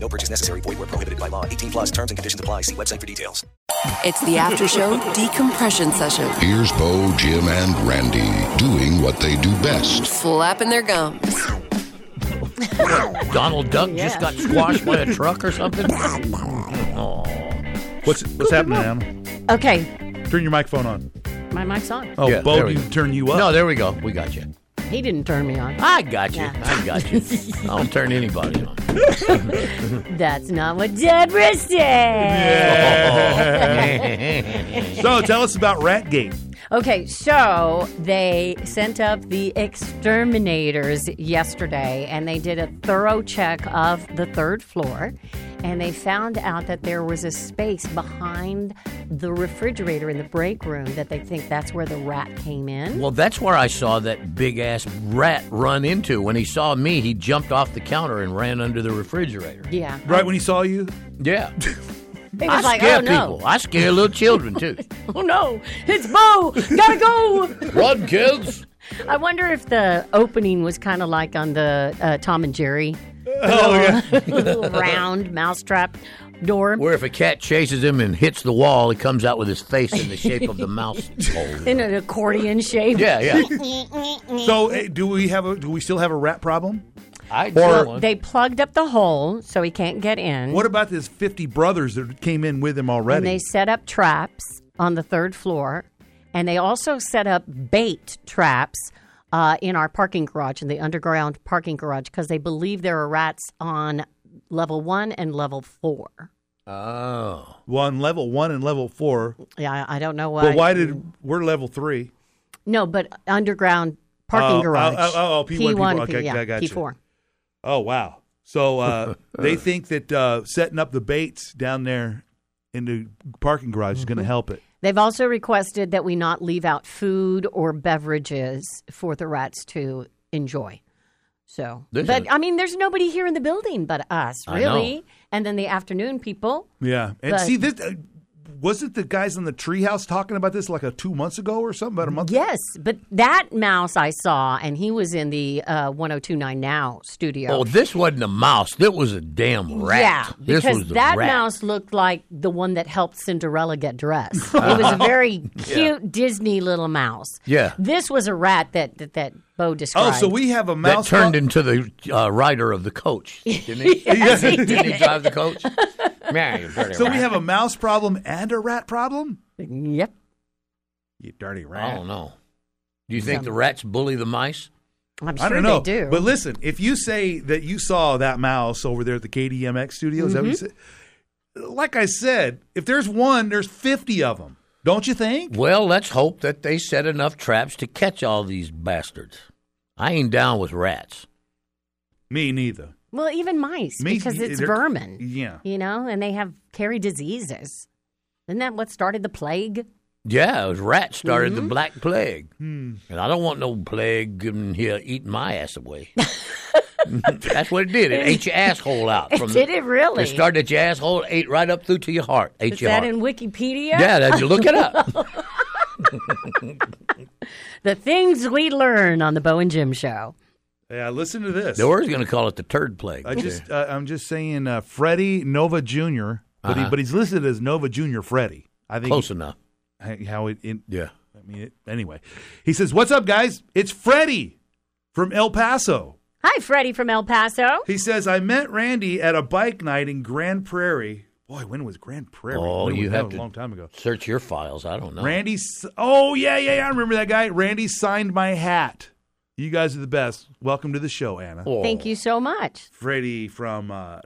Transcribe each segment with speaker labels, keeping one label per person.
Speaker 1: No purchase necessary. Void where prohibited by law. 18 plus terms and conditions apply. See website for details.
Speaker 2: It's the after show decompression session.
Speaker 3: Here's Bo, Jim, and Randy doing what they do best.
Speaker 2: Slapping their gums.
Speaker 4: Donald Duck just got squashed by a truck or something. Oh.
Speaker 5: What's what's happening, Anna?
Speaker 6: Okay,
Speaker 5: Turn your microphone on.
Speaker 6: my mic's on.
Speaker 5: Oh,
Speaker 4: Yeah, there
Speaker 5: Bo
Speaker 4: we
Speaker 5: didn't
Speaker 4: go.
Speaker 5: turn you up.
Speaker 4: No, there we go. We got you.
Speaker 6: He didn't turn me on.
Speaker 4: I got you. I got you. I don't turn anybody on.
Speaker 6: That's not what Deborah said.
Speaker 5: so tell us about Ratgate.
Speaker 6: Okay, so they sent up the exterminators yesterday and they did a thorough check of the third floor and they found out that there was a space behind the refrigerator in the break room that they think that's where the rat came in.
Speaker 4: Well, that's where I saw that big ass rat run into. When he saw me, he jumped off the counter and ran under the refrigerator.
Speaker 6: Yeah.
Speaker 5: Right when he saw you,
Speaker 4: Yeah.
Speaker 6: It
Speaker 4: I
Speaker 6: was like,
Speaker 4: scare
Speaker 6: oh no.
Speaker 4: people. I scare little children too.
Speaker 6: Oh no. It's Bo. Gotta go.
Speaker 4: Run, kids.
Speaker 6: I wonder if the opening was kind of like on the uh, Tom and Jerry.
Speaker 4: Oh,
Speaker 6: little round mousetrap door.
Speaker 4: Where if a cat chases him and hits the wall, he comes out with his face in the shape of the mouse hole.
Speaker 6: in an accordion shape.
Speaker 4: Yeah, yeah.
Speaker 5: so eh, do we have a? Do we still have a rat problem?
Speaker 4: I
Speaker 5: Or-
Speaker 4: know.
Speaker 6: They plugged up the hole so he can't get in.
Speaker 5: What about his fifty brothers that came in with him already?
Speaker 6: Hmm? and they set up traps on the third floor. And they also set up bait traps uh, in our parking garage, in the underground parking garage, because they believe there are rats on level one and level four.
Speaker 4: oh.
Speaker 5: one level one and level four.
Speaker 6: Yeah, I, I don't know why.
Speaker 5: But why did we're level three?
Speaker 6: No, but underground parking
Speaker 5: Oh,
Speaker 6: garage.
Speaker 5: oh, oh, oh, P1, P4.
Speaker 6: P-
Speaker 5: Okay,
Speaker 6: yeah,
Speaker 5: I got you.
Speaker 6: P4.
Speaker 5: Oh wow! So uh, they think that uh, setting up the baits down there in the parking garage is
Speaker 6: Mm-hmm.
Speaker 5: going to help it.
Speaker 6: They've also requested that we not leave out food or beverages for the rats to enjoy. So,
Speaker 4: This
Speaker 6: but
Speaker 4: is-
Speaker 6: I mean, there's nobody here in the building but us,
Speaker 4: I
Speaker 6: really. And then the afternoon people.
Speaker 5: Yeah, and
Speaker 6: But-
Speaker 5: see this. Uh, wasn't the guys in the treehouse talking about this like a two months ago or something? About a month?
Speaker 6: Yes, but that mouse I saw, and he was in the uh, 1029 Now studio.
Speaker 4: Oh, this wasn't a mouse. That was a damn rat.
Speaker 6: Yeah,
Speaker 4: this
Speaker 6: because
Speaker 4: was the
Speaker 6: that
Speaker 4: rat.
Speaker 6: mouse looked like the one that helped Cinderella get dressed. it was a very cute Disney little mouse.
Speaker 4: Yeah.
Speaker 6: this was a rat that that, that Bo described.
Speaker 5: Oh, so we have a
Speaker 4: that
Speaker 5: mouse
Speaker 4: turned
Speaker 5: fu-
Speaker 4: into the uh, rider of the coach. Didn't he? yes,
Speaker 6: he
Speaker 4: didn't he drive the coach? Man, you dirty
Speaker 5: So we
Speaker 4: rat.
Speaker 5: have a mouse problem and a rat problem.
Speaker 6: yep.
Speaker 5: You dirty rat!
Speaker 4: I don't know. Do you think the rats bully the mice?
Speaker 6: I'm sure
Speaker 5: I don't know.
Speaker 6: they do.
Speaker 5: But listen, if you say that you saw that mouse over there at the KDMX studio, is that what you said?
Speaker 6: Mm-hmm.
Speaker 5: Like I said, if there's one, there's 50 of them. Don't you think?
Speaker 4: Well, let's hope that they set enough traps to catch all these bastards. I ain't down with rats.
Speaker 5: Me neither.
Speaker 6: well, even mice
Speaker 5: Me-
Speaker 6: because it's
Speaker 5: they're-
Speaker 6: vermin.
Speaker 5: yeah.
Speaker 6: you know, and they have carry diseases. Isn't that what started the plague?
Speaker 4: Yeah, it was rats started
Speaker 6: Hmm?
Speaker 4: the Black Plague. And I don't want no plague in here eating my ass away. That's what it did. It ate your asshole out.
Speaker 6: It did it really?
Speaker 4: It started at your asshole, ate right up through to your heart. Ate
Speaker 6: Is
Speaker 4: your
Speaker 6: that
Speaker 4: heart.
Speaker 6: in Wikipedia?
Speaker 4: E yeah, that, look it up.
Speaker 6: The things we learn on the Bo and Jim show.
Speaker 5: Yeah, listen to this.
Speaker 4: they were going to call it the turd plague.
Speaker 5: I just, uh, I'm just saying uh, Freddie Nova Jr., but, he, but he's listed as Nova Jr. Freddie. I think
Speaker 4: Uh-huh. Close enough.
Speaker 5: h- how it, it
Speaker 4: Yeah.
Speaker 5: I mean, it, anyway. He says, What's up, guys? It's Freddie from El Paso.
Speaker 6: Hi, Freddie from El Paso.
Speaker 5: He says, I met Randy at a bike night in Grand Prairie. Boy, when was Grand Prairie?
Speaker 4: Oh,
Speaker 5: When was
Speaker 4: you
Speaker 5: that?
Speaker 4: have
Speaker 5: a
Speaker 4: to-
Speaker 5: long time ago.
Speaker 4: Search your files. I don't know.
Speaker 5: Randy, s- oh yeah, yeah, yeah, I remember that guy. Randy signed my hat. You guys are the best. Welcome to the show, Anna.
Speaker 4: Oh.
Speaker 6: Thank you so much.
Speaker 5: Freddie from uh,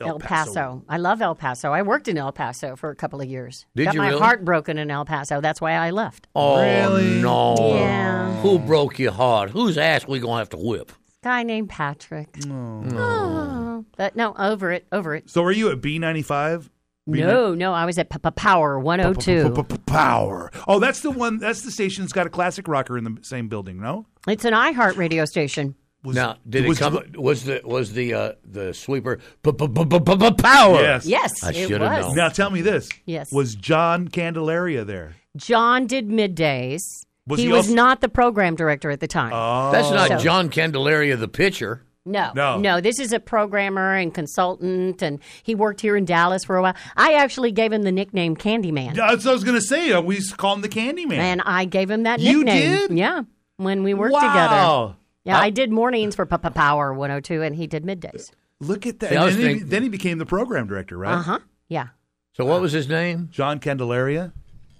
Speaker 5: El,
Speaker 6: Paso. I love El Paso. I worked in El Paso for a couple of years.
Speaker 4: Did
Speaker 6: Got
Speaker 4: you
Speaker 6: my
Speaker 4: really?
Speaker 6: heart broken in El Paso. That's why I left.
Speaker 4: Oh,
Speaker 5: Really?
Speaker 4: no.
Speaker 6: Yeah.
Speaker 4: Who broke your heart? Whose ass we going to have to whip?
Speaker 6: Guy named Patrick. Oh. But no, over it, over it.
Speaker 5: So are you at B ninety five
Speaker 6: No, no, I was at P- P- Power 102.
Speaker 5: Power. Oh, that's the one. That's the station that's got a classic rocker in the same building. No.
Speaker 6: It's an iHeart radio station.
Speaker 5: Was-
Speaker 4: now, did
Speaker 5: was-
Speaker 4: it come? Was the was the uh, the sweeper p- p- p- p- p- power?
Speaker 5: Yes.
Speaker 6: Yes,
Speaker 4: I
Speaker 6: it
Speaker 4: shoulda
Speaker 6: was.
Speaker 4: known.
Speaker 5: Now tell me this.
Speaker 6: Yes.
Speaker 5: Was John Candelaria there?
Speaker 6: John did middays.
Speaker 5: Was
Speaker 6: he
Speaker 5: he
Speaker 6: was
Speaker 5: also-
Speaker 6: not the program director at the time.
Speaker 4: That's not
Speaker 6: Oh. So-
Speaker 4: John Candelaria, the pitcher.
Speaker 6: No,
Speaker 5: No.
Speaker 6: This is a programmer and consultant, and he worked here in Dallas for a while. I actually gave him the nickname Candyman,
Speaker 5: Yeah, That's what I was gonna say. Uh, We used to call him the Candyman.
Speaker 6: and I gave him that
Speaker 5: You
Speaker 6: nickname.
Speaker 5: did?
Speaker 6: Yeah, when we worked together.
Speaker 5: wow.
Speaker 6: Yeah, I, did mornings for Papa Power 102, and he did middays.
Speaker 5: Look at that.
Speaker 4: See, I
Speaker 5: And
Speaker 4: was
Speaker 5: then, he,
Speaker 4: thinking-
Speaker 5: then he became the program director, right?
Speaker 6: Uh huh. Yeah.
Speaker 4: So what was his name?
Speaker 5: John Candelaria.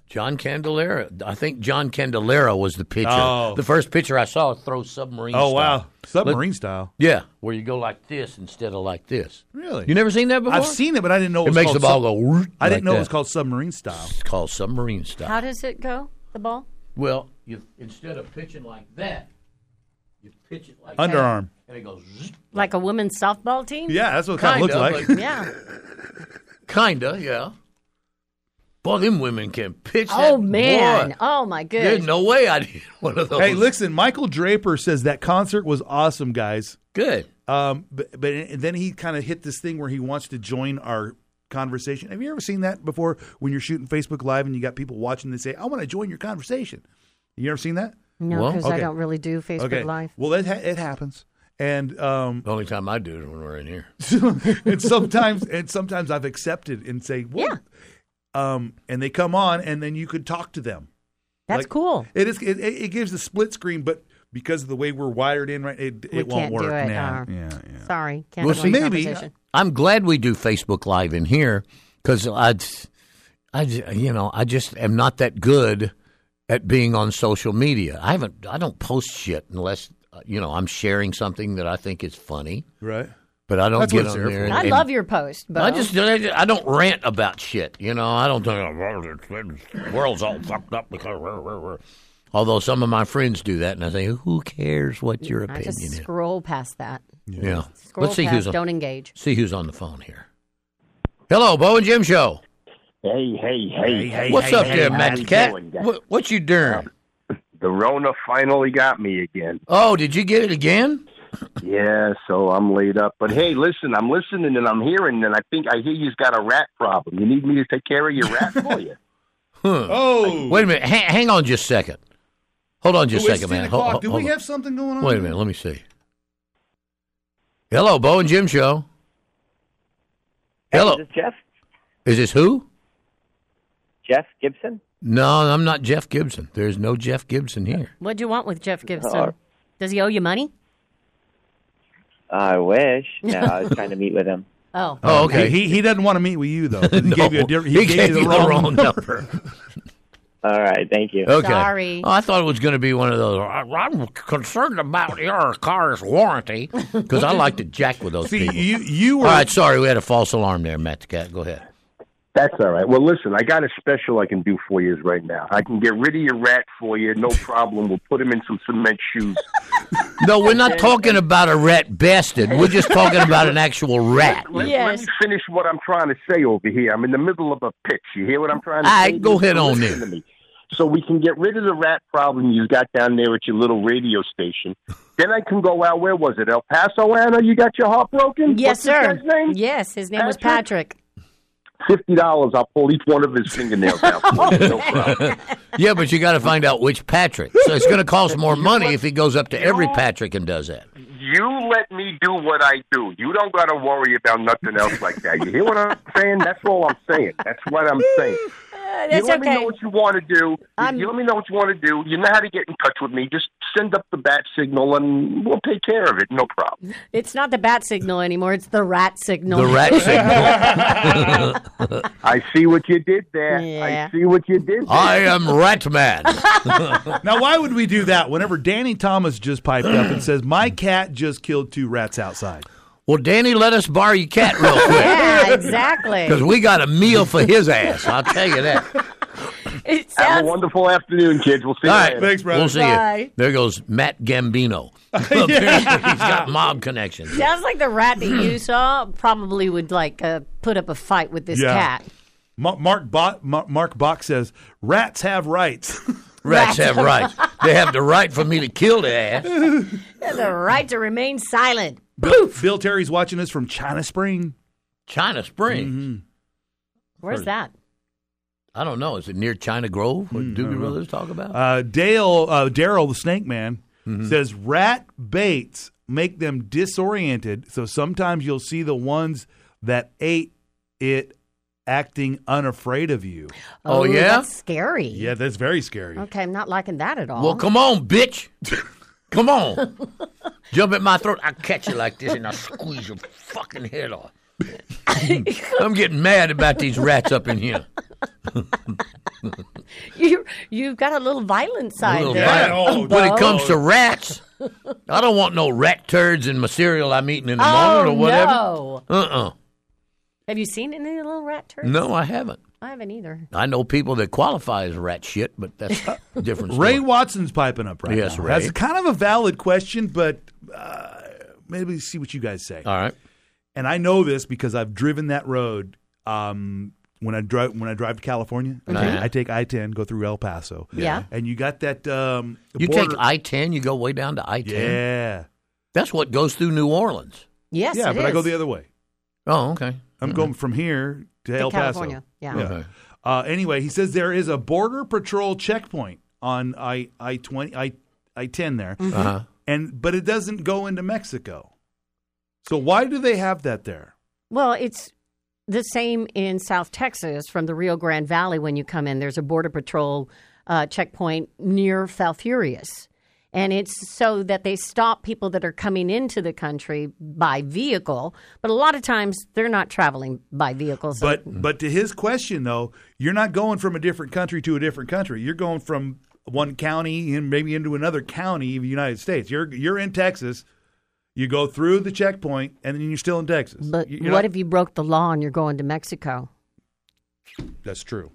Speaker 4: John Candelera. I think John Candelera was the pitcher.
Speaker 5: Oh.
Speaker 4: The first pitcher I saw throw submarine. style.
Speaker 5: Oh wow. Submarine style.
Speaker 4: Yeah, where you go like this instead of like this.
Speaker 5: Really?
Speaker 4: You never seen that before?
Speaker 5: I've seen it, but I didn't know it,
Speaker 4: It
Speaker 5: was
Speaker 4: makes
Speaker 5: called
Speaker 4: the ball
Speaker 5: sub-
Speaker 4: go. whoop
Speaker 5: I
Speaker 4: like
Speaker 5: didn't know
Speaker 4: that.
Speaker 5: it was called submarine style.
Speaker 4: It's called submarine style.
Speaker 6: How does it go? The ball?
Speaker 4: well, you instead of pitching like that, you pitch it like that,
Speaker 5: Underarm.
Speaker 4: and it goes. zzz,
Speaker 6: Like a women's softball team?
Speaker 5: Yeah, that's what it kind of looked
Speaker 4: Kinda,
Speaker 5: like.
Speaker 4: but-
Speaker 6: Yeah.
Speaker 4: Kinda, yeah. Boy, them women can pitch.
Speaker 6: Oh
Speaker 4: that-
Speaker 6: man.
Speaker 4: boy,
Speaker 6: Oh my goodness.
Speaker 4: there's no way I did one of those.
Speaker 5: Hey, listen, Michael Draper says that concert was awesome, guys.
Speaker 4: good.
Speaker 5: Um, but, but and then he kind of hit this thing where he wants to join our conversation. Have you ever seen that before when you're shooting Facebook Live and you got people watching? They say, I want to join your conversation. You ever seen that?
Speaker 6: No,
Speaker 4: Well,
Speaker 6: because I
Speaker 5: okay.
Speaker 6: don't really do Facebook Live.
Speaker 5: Well, it, ha- it happens. And um,
Speaker 4: The only time I do it is when we're in here.
Speaker 5: and sometimes and sometimes I've accepted and say, well, um, and they come on and then you could talk to them.
Speaker 6: That's
Speaker 5: Like-
Speaker 6: cool.
Speaker 5: It is. It, it it gives the split screen, but because of the way we're wired in, right, it,
Speaker 6: We
Speaker 5: it won't
Speaker 6: can't
Speaker 5: work.
Speaker 6: do it,
Speaker 5: Yeah,
Speaker 6: uh,
Speaker 5: yeah, yeah.
Speaker 6: Sorry, can't
Speaker 4: Well,
Speaker 6: have
Speaker 4: see,
Speaker 6: a
Speaker 5: maybe-
Speaker 6: conversation.
Speaker 4: I'm glad we do Facebook Live in here because I, I, you know, I just am not that good at being on social media. I haven't, I don't post shit unless uh, you know I'm sharing something that I think is funny.
Speaker 5: Right.
Speaker 4: But I don't
Speaker 5: That's what
Speaker 4: get
Speaker 5: it's
Speaker 4: on
Speaker 5: there
Speaker 4: there.
Speaker 5: for.
Speaker 4: And,
Speaker 6: I love your post, but
Speaker 4: I just, I just- I don't rant about shit. You know, I don't think the world's all fucked up because. Although some of my friends do that, and I say, "Who cares what your
Speaker 6: I
Speaker 4: opinion
Speaker 6: just
Speaker 4: is?"
Speaker 6: scroll past that.
Speaker 4: Yeah.
Speaker 6: Scroll
Speaker 4: Let's see
Speaker 6: past.
Speaker 4: who's on.
Speaker 6: don't e- engage.
Speaker 4: See who's on the phone here. Hello, Bo and Jim Show.
Speaker 7: Hey, hey, hey. hey
Speaker 4: What's up there,
Speaker 7: how
Speaker 4: Matt
Speaker 7: you
Speaker 4: Cat?
Speaker 7: doing, guys?
Speaker 4: What, what you doing?
Speaker 7: The Rona finally got me again.
Speaker 4: Oh, did you get it again?
Speaker 7: Yeah, so I'm laid up. But hey, listen, I'm listening and I'm hearing, and I think I hear you've got a rat problem. You need me to take care of your rat for you.
Speaker 5: Oh,
Speaker 4: Wait a minute. Hang, hang on just a second. Hold on just a
Speaker 5: it's
Speaker 4: second,
Speaker 5: 10
Speaker 4: man. Ho-
Speaker 5: o'clock.
Speaker 4: ho-
Speaker 5: Do
Speaker 4: hold
Speaker 5: we
Speaker 4: on.
Speaker 5: have something going on?
Speaker 4: Wait a minute. Let me see. Hello, Bo and Jim Show. Hello.
Speaker 8: Is this Jeff?
Speaker 4: Is this who?
Speaker 8: Jeff Gibson?
Speaker 4: No, I'm not Jeff Gibson. There's no Jeff Gibson here.
Speaker 6: What do you want with Jeff Gibson?
Speaker 8: Uh,
Speaker 6: Does he owe you money?
Speaker 8: I wish. No, I was trying to meet with him.
Speaker 6: Oh,
Speaker 4: Oh, okay.
Speaker 5: He, he doesn't want to meet with you though. He
Speaker 4: No,
Speaker 5: gave you a different. He, gave, you the wrong.
Speaker 4: number.
Speaker 8: All right, thank you.
Speaker 4: Okay.
Speaker 6: Sorry.
Speaker 4: Oh, I thought it was going to be one of those. "I- I'm concerned about your car's warranty because I like to jack with those
Speaker 5: See,
Speaker 4: people.
Speaker 5: you you
Speaker 4: All
Speaker 5: were
Speaker 4: right, sorry, we had a false alarm there, Matt the Cat. Go ahead.
Speaker 7: That's all right. Well, listen, I got a special I can do for you right now. I can get rid of your rat for you, no problem. We'll put him in some cement shoes.
Speaker 4: No, we're not talking about a rat bested. We're just talking about an actual rat.
Speaker 7: Let, let
Speaker 6: Yes.
Speaker 7: me finish what I'm trying to say over here. I'm in the middle of a pitch. You hear what I'm trying to
Speaker 4: All
Speaker 7: say?
Speaker 4: right, go ahead on
Speaker 7: Listen
Speaker 4: then.
Speaker 7: to me. So we can get rid of the rat problem you got down there at your little radio station. Then I can go out. Where was it? El Paso, Anna? You got your heart broken?
Speaker 6: yes,
Speaker 7: What's
Speaker 6: sir.
Speaker 7: This guy's name?
Speaker 6: Yes, his name was Patrick.
Speaker 7: Patrick? Fifty dollars. I'll pull each one of his fingernails out. For you. No problem.
Speaker 4: Yeah, but you got to find out which Patrick. So it's going to cost more money if he goes up to every Patrick and does that.
Speaker 7: You let me do what I do. You don't got to worry about nothing else like that. You hear what I'm saying? That's all I'm saying. That's what I'm saying.
Speaker 6: Uh, that's
Speaker 7: you let me
Speaker 6: okay.
Speaker 7: know what you want to do. You let me know what you want to do. You know how to get in touch with me. Just send up the bat signal, and we'll take care of it. No problem.
Speaker 6: It's not the bat signal anymore. It's the rat signal.
Speaker 4: The rat signal.
Speaker 7: I see what you did there.
Speaker 6: Yeah.
Speaker 7: I see what you did there.
Speaker 4: I am Rat Man.
Speaker 5: now. Why would we do that? Whenever Danny Thomas just piped up and says, "My cat just killed two rats outside."
Speaker 4: Well, Danny, let us borrow your cat real quick
Speaker 6: Yeah, exactly.
Speaker 4: because we got a meal for his ass. I'll tell you that.
Speaker 6: It
Speaker 9: Have a
Speaker 6: sounds
Speaker 9: wonderful afternoon, kids. We'll see
Speaker 4: All
Speaker 9: you
Speaker 4: right,
Speaker 9: later.
Speaker 5: Thanks, brother.
Speaker 4: We'll see you.
Speaker 6: Bye.
Speaker 4: There goes Matt Gambino. Apparently, he's got mob connections.
Speaker 6: sounds like the rat that you saw probably would like uh, put up a fight with this
Speaker 5: Yeah.
Speaker 6: cat.
Speaker 5: Ma- Mark Bo- Ma- Mark Bach says rats have rights.
Speaker 4: Rats have rights. They have the right for me to kill their ass.
Speaker 6: The right to remain silent.
Speaker 5: Bill, Bill Terry's watching us from China Spring.
Speaker 4: China Springs.
Speaker 6: Where's
Speaker 4: Heard it.
Speaker 6: that?
Speaker 4: I don't know. Is it near China Grove? What do we really talk about?
Speaker 5: Uh, Dale uh, Daryl the Snake Man
Speaker 4: Mm-hmm.
Speaker 5: says rat baits make them disoriented, so sometimes you'll see the ones that ate it acting unafraid of you.
Speaker 4: Oh, yeah?
Speaker 6: that's scary.
Speaker 5: Yeah, that's very scary.
Speaker 6: Okay, I'm not liking that at all.
Speaker 5: Uh-huh.
Speaker 4: well, come on, bitch. Come on. Jump at my throat. I catch you like this and I squeeze your fucking head off. I'm getting mad about these rats up in here.
Speaker 6: you you've got a little violent side
Speaker 4: Little
Speaker 6: there.
Speaker 4: rat.
Speaker 5: oh,
Speaker 4: when it comes to rats, I don't want no rat turds in my cereal I'm eating in the
Speaker 6: Oh,
Speaker 4: morning or whatever.
Speaker 6: no.
Speaker 4: Uh-uh.
Speaker 6: Have you seen any little rat turds?
Speaker 4: No, I haven't.
Speaker 6: I haven't either.
Speaker 4: I know people that qualify as rat shit, but that's a different. Story.
Speaker 5: Ray Watson's piping up right
Speaker 4: Yes,
Speaker 5: now.
Speaker 4: Ray.
Speaker 5: That's kind of a valid question, but uh, maybe see what you guys say.
Speaker 4: All right.
Speaker 5: and I know this because I've driven that road. Um, when I drive when I drive to California, I
Speaker 4: Okay.
Speaker 5: take- I take I ten, go through El Paso.
Speaker 6: Yeah.
Speaker 5: and you got that. Um,
Speaker 4: You
Speaker 5: border-
Speaker 4: take I ten, you go way down to I ten.
Speaker 5: yeah,
Speaker 4: That's what goes through New Orleans.
Speaker 6: Yes,
Speaker 5: yeah,
Speaker 6: it
Speaker 5: but I go
Speaker 6: is.
Speaker 5: the other way.
Speaker 4: Oh, okay.
Speaker 5: I'm going from here to, El
Speaker 6: California.
Speaker 5: Paso.
Speaker 6: Yeah.
Speaker 4: Okay.
Speaker 5: Uh, anyway, he says there is a border patrol checkpoint on I I twenty I I ten there,
Speaker 6: Mm-hmm.
Speaker 5: Uh,
Speaker 4: Uh-huh.
Speaker 5: and but it doesn't go into Mexico. So why do they have that there?
Speaker 6: Well, it's the same in South Texas from the Rio Grande Valley when you come in. There's a Border Patrol uh, checkpoint near Falfurrias. And it's so that they stop people that are coming into the country by vehicle. But a lot of times they're not traveling by vehicle. So
Speaker 5: But but to his question though, you're not going from a different country to a different country. You're going from one county and maybe into another county of the United States. You're you're in Texas. You go through the checkpoint and then you're still in Texas.
Speaker 6: But
Speaker 5: You-
Speaker 6: uh, what
Speaker 5: you're not-
Speaker 6: if you broke the law and you're going to Mexico?
Speaker 5: that's true?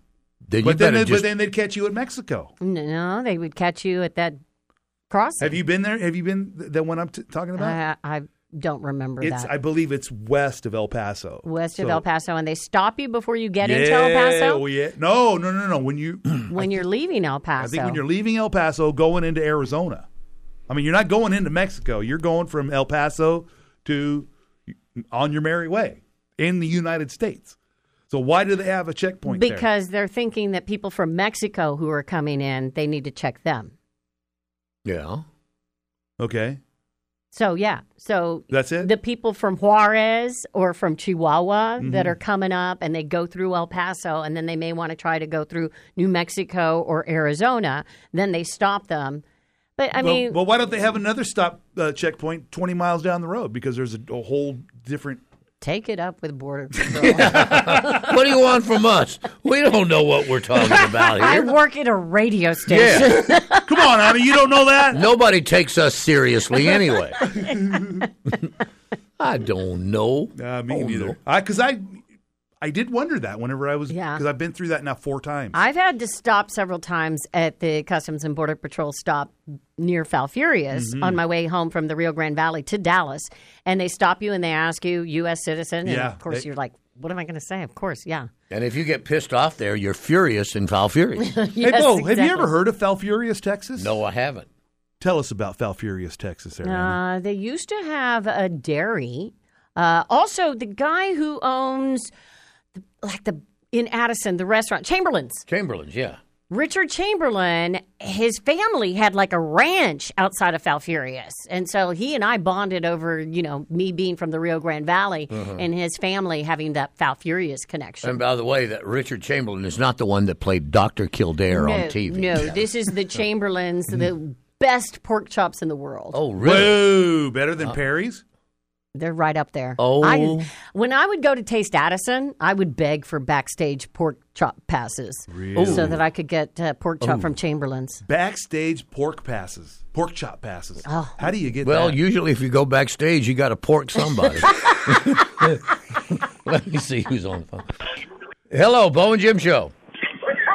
Speaker 4: Then you
Speaker 5: but then
Speaker 4: better
Speaker 5: they,
Speaker 4: just.
Speaker 5: but then they'd catch you in Mexico.
Speaker 6: No, they would catch you at that crossing.
Speaker 5: Have you been there? Have you been th- that one I'm t- talking about?
Speaker 6: I, I don't remember
Speaker 5: it's
Speaker 6: that.
Speaker 5: I believe it's west of El Paso.
Speaker 6: West of
Speaker 5: So-
Speaker 6: El Paso, and they stop you before you get
Speaker 5: yeah,
Speaker 6: into El Paso.
Speaker 5: Oh yeah. No, no, no, no. When you
Speaker 6: when you're leaving El Paso.
Speaker 5: I think when you're leaving El Paso, going into Arizona. I mean, you're not going into Mexico. You're going from El Paso to on your merry way in the United States. So why do they have a checkpoint there?
Speaker 6: because they're thinking that people from Mexico who are coming in, they need to check them.
Speaker 4: yeah.
Speaker 5: okay,
Speaker 6: So yeah, so
Speaker 5: that's it.
Speaker 6: the people from Juarez or from Chihuahua
Speaker 5: Mm-hmm.
Speaker 6: that are coming up and they go through El Paso and then they may want to try to go through New Mexico or Arizona, then they stop them. But I
Speaker 5: Well-
Speaker 6: mean,
Speaker 5: well, why don't they have another stop uh, checkpoint 20 miles down the road? Because there's a, a whole different.
Speaker 6: take it up with border patrol.
Speaker 4: What do you want from us? We don't know what we're talking about
Speaker 6: I
Speaker 4: here.
Speaker 6: work at a radio station.
Speaker 4: Yeah.
Speaker 5: Come on, honey, you don't know that.
Speaker 4: Nobody takes us seriously anyway. I don't know.
Speaker 5: Uh, me
Speaker 4: Oh, no.
Speaker 5: neither. Because I, I did wonder that whenever I was.
Speaker 6: Yeah.
Speaker 5: Because I've been through that now four times.
Speaker 6: I've had to stop several times at the Customs and Border Patrol stop near Falfurrias
Speaker 5: Mm-hmm.
Speaker 6: on my way home from the Rio Grande Valley to Dallas. And they stop you and they ask you, U.S. citizen. And
Speaker 5: Yeah,
Speaker 6: of course,
Speaker 5: they-
Speaker 6: you're like, what am I going to say? Of course, yeah.
Speaker 4: And if you get pissed off there, you're furious and foul furious.
Speaker 5: hey,
Speaker 6: Yes,
Speaker 5: Bo, have
Speaker 6: exactly.
Speaker 5: you ever heard of Falfurrias, Texas?
Speaker 4: no, I haven't.
Speaker 5: Tell us about Falfurrias, Texas, Aaron.
Speaker 6: Uh, they used to have a dairy. Uh, also, the guy who owns, the, like, the in Addison, the restaurant, Chamberlain's.
Speaker 4: Chamberlain's, yeah.
Speaker 6: Richard Chamberlain, his family had like a ranch outside of Falfurrias. And so he and I bonded over, you know, me being from the Rio Grande Valley and his family having that Falfurrias connection.
Speaker 4: Uh-huh. And by the way, that Richard Chamberlain is not the one that played Dr. Kildare on
Speaker 6: no,
Speaker 4: TV.
Speaker 6: no, this is the Chamberlains, the best pork chops in the world.
Speaker 4: Oh, really? Uh.
Speaker 5: Whoa, better than Perry's?
Speaker 6: They're right up there.
Speaker 4: Oh.
Speaker 6: I, when I would go to Taste Addison, I would beg for backstage pork chop passes so that I could get uh, pork chop from Chamberlain's.
Speaker 5: Backstage pork passes, pork chop passes.
Speaker 6: Oh.
Speaker 5: How do you get
Speaker 4: Well,
Speaker 5: that?
Speaker 4: usually if you go backstage, you got to pork somebody. Let me see who's on the phone. Hello, Bo and Jim Show.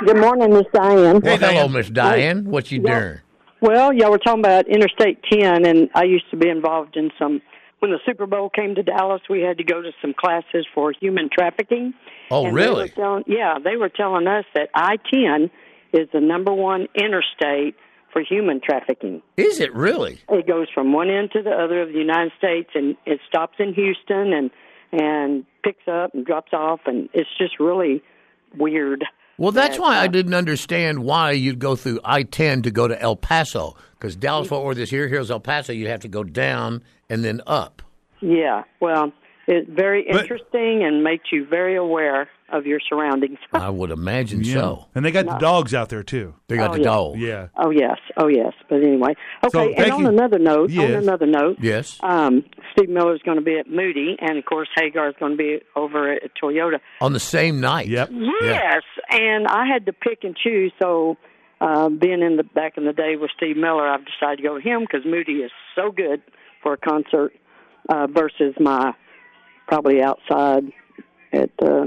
Speaker 7: Good morning, Miss Diane.
Speaker 4: Well, hello, Miss Diane. What you
Speaker 7: Yeah.
Speaker 4: doing?
Speaker 7: Well, yeah, we're talking about Interstate 10, and I used to be involved in some. When the Super Bowl came to Dallas, we had to go to some classes for human trafficking.
Speaker 4: Oh,
Speaker 7: And they were
Speaker 4: really?
Speaker 7: telling- yeah, they were telling us that I 10 is the number one interstate for human trafficking.
Speaker 4: Is it really?
Speaker 7: It goes from one end to the other of the United States, and it stops in Houston and and picks up and drops off, and it's just really weird.
Speaker 4: Well, that's
Speaker 7: that,
Speaker 4: why I
Speaker 7: uh,
Speaker 4: didn't understand why you'd go through I 10 to go to El Paso because Dallas Fort Worth is here. Here's El Paso. You have to go down and then up.
Speaker 7: Yeah, well, it's very
Speaker 5: But-
Speaker 7: interesting and makes you very aware of your surroundings.
Speaker 4: I would imagine
Speaker 5: Yeah.
Speaker 4: so.
Speaker 5: And they got the dogs out there too.
Speaker 4: They got
Speaker 7: Oh,
Speaker 4: the
Speaker 7: yeah.
Speaker 4: dog.
Speaker 5: Yeah.
Speaker 7: oh yes, oh yes. But anyway, okay.
Speaker 5: So,
Speaker 7: and on
Speaker 5: Becky-
Speaker 7: another note, on
Speaker 5: Yes.
Speaker 7: another note,
Speaker 4: Yes.
Speaker 7: um, Steve Miller's going to be at Moody, and of course Hagar is going to be over at Toyota.
Speaker 4: On the same night.
Speaker 5: Yep.
Speaker 7: Yes, and I had to pick and choose. So, uh, being in the back in the day with Steve Miller, I've decided to go with him because Moody is so good for a concert uh, versus my probably outside at uh,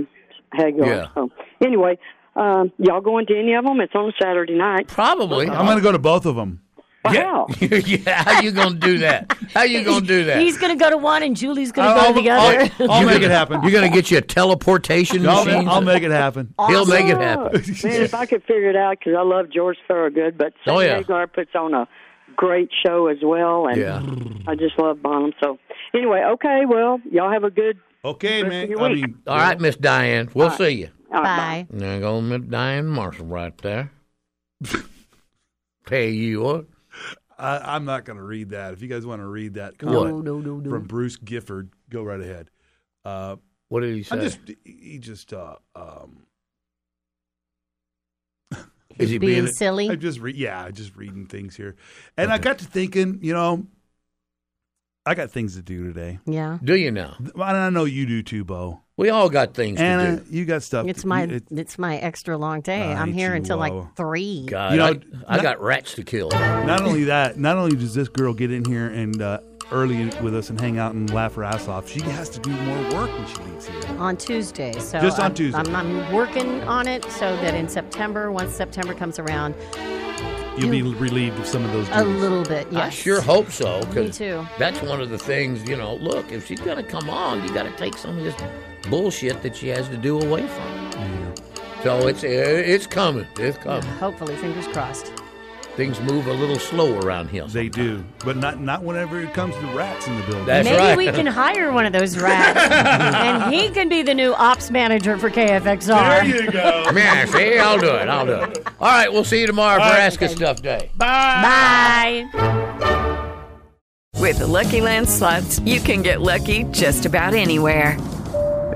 Speaker 7: Hagar.
Speaker 4: Yeah.
Speaker 7: So, anyway, um, y'all going to any of them? It's on a Saturday night.
Speaker 4: Probably.
Speaker 6: Oh.
Speaker 5: I'm going to go to both of them.
Speaker 7: Wow.
Speaker 4: yeah. How you going to do that? How you going to do that?
Speaker 6: He's going to go to one, and Julie's going to go
Speaker 5: I'll,
Speaker 6: to the
Speaker 5: I'll-
Speaker 6: other.
Speaker 5: I'll
Speaker 4: You're
Speaker 5: make it
Speaker 4: gonna-
Speaker 5: happen.
Speaker 4: You're going to get you a teleportation machine.
Speaker 5: I'll, I'll make it happen.
Speaker 4: He'll make it happen.
Speaker 7: Oh, Man, if I could figure it out, because I love George Thorogood, but Sam
Speaker 4: Oh, yeah.
Speaker 7: Hagar puts on a great show as well, and
Speaker 4: Yeah.
Speaker 7: I just love Bonham. So, anyway, okay, well, y'all have a good.
Speaker 5: Okay,
Speaker 7: Rest of
Speaker 5: man.
Speaker 7: your
Speaker 5: I
Speaker 7: week.
Speaker 5: mean,
Speaker 4: All right, Miss Diane. We'll see you.
Speaker 7: all right,
Speaker 6: Bye.
Speaker 4: There go Miss Diane Marshall right there. Pay you up.
Speaker 5: I, I'm not going to read that. If you guys want to read that
Speaker 4: What?
Speaker 5: comment from Bruce Gifford, go right ahead. Uh,
Speaker 4: What did he say?
Speaker 5: I'm just, he just, uh, um,
Speaker 4: Is he
Speaker 6: Being
Speaker 4: being?
Speaker 6: silly.
Speaker 5: I'm just, re- yeah, just reading things here, and I got to thinking, you know, I got things to do today.
Speaker 6: yeah.
Speaker 4: Do you now?
Speaker 5: And I know you do too, Bo.
Speaker 4: We all got things
Speaker 5: Anna,
Speaker 4: to
Speaker 5: you got stuff.
Speaker 6: It's
Speaker 5: to-
Speaker 6: my
Speaker 5: it-
Speaker 6: it's my extra long day.
Speaker 5: Ah,
Speaker 6: I'm here until
Speaker 5: Chihuahua.
Speaker 6: like three.
Speaker 4: do. God,
Speaker 5: You know,
Speaker 4: I, I
Speaker 5: not-
Speaker 4: got rats to kill.
Speaker 5: Not only that, not only does this girl get in here and uh, early with us and hang out and laugh her ass off, she has to do more work when she leaves here.
Speaker 6: on Tuesday. So
Speaker 5: Just on
Speaker 6: I'm,
Speaker 5: Tuesday.
Speaker 6: I'm, I'm working on it so that in September, once September comes around,
Speaker 5: You'll be relieved of some of those duties.
Speaker 6: a little bit. Yes.
Speaker 4: I sure hope so. 'cause
Speaker 6: Me too.
Speaker 4: That's one of the things, you know. Look, if she's gonna come on, you got to take some of this bullshit that she has to do away from. So it's uh, it's coming. It's coming.
Speaker 6: Hopefully, fingers crossed.
Speaker 4: Things move a little slow around here.
Speaker 5: They do, but not not whenever it comes to rats in the building.
Speaker 4: That's
Speaker 6: Maybe
Speaker 4: right.
Speaker 6: we can hire one of those rats, and he can be the new ops manager for KFXR.
Speaker 5: you go.
Speaker 4: Yeah, see, I'll do it. I'll do it. All right, we'll see you tomorrow for Ask Us Stuff Day.
Speaker 6: Bye.
Speaker 2: With the Lucky Land slots, you can get lucky just about anywhere.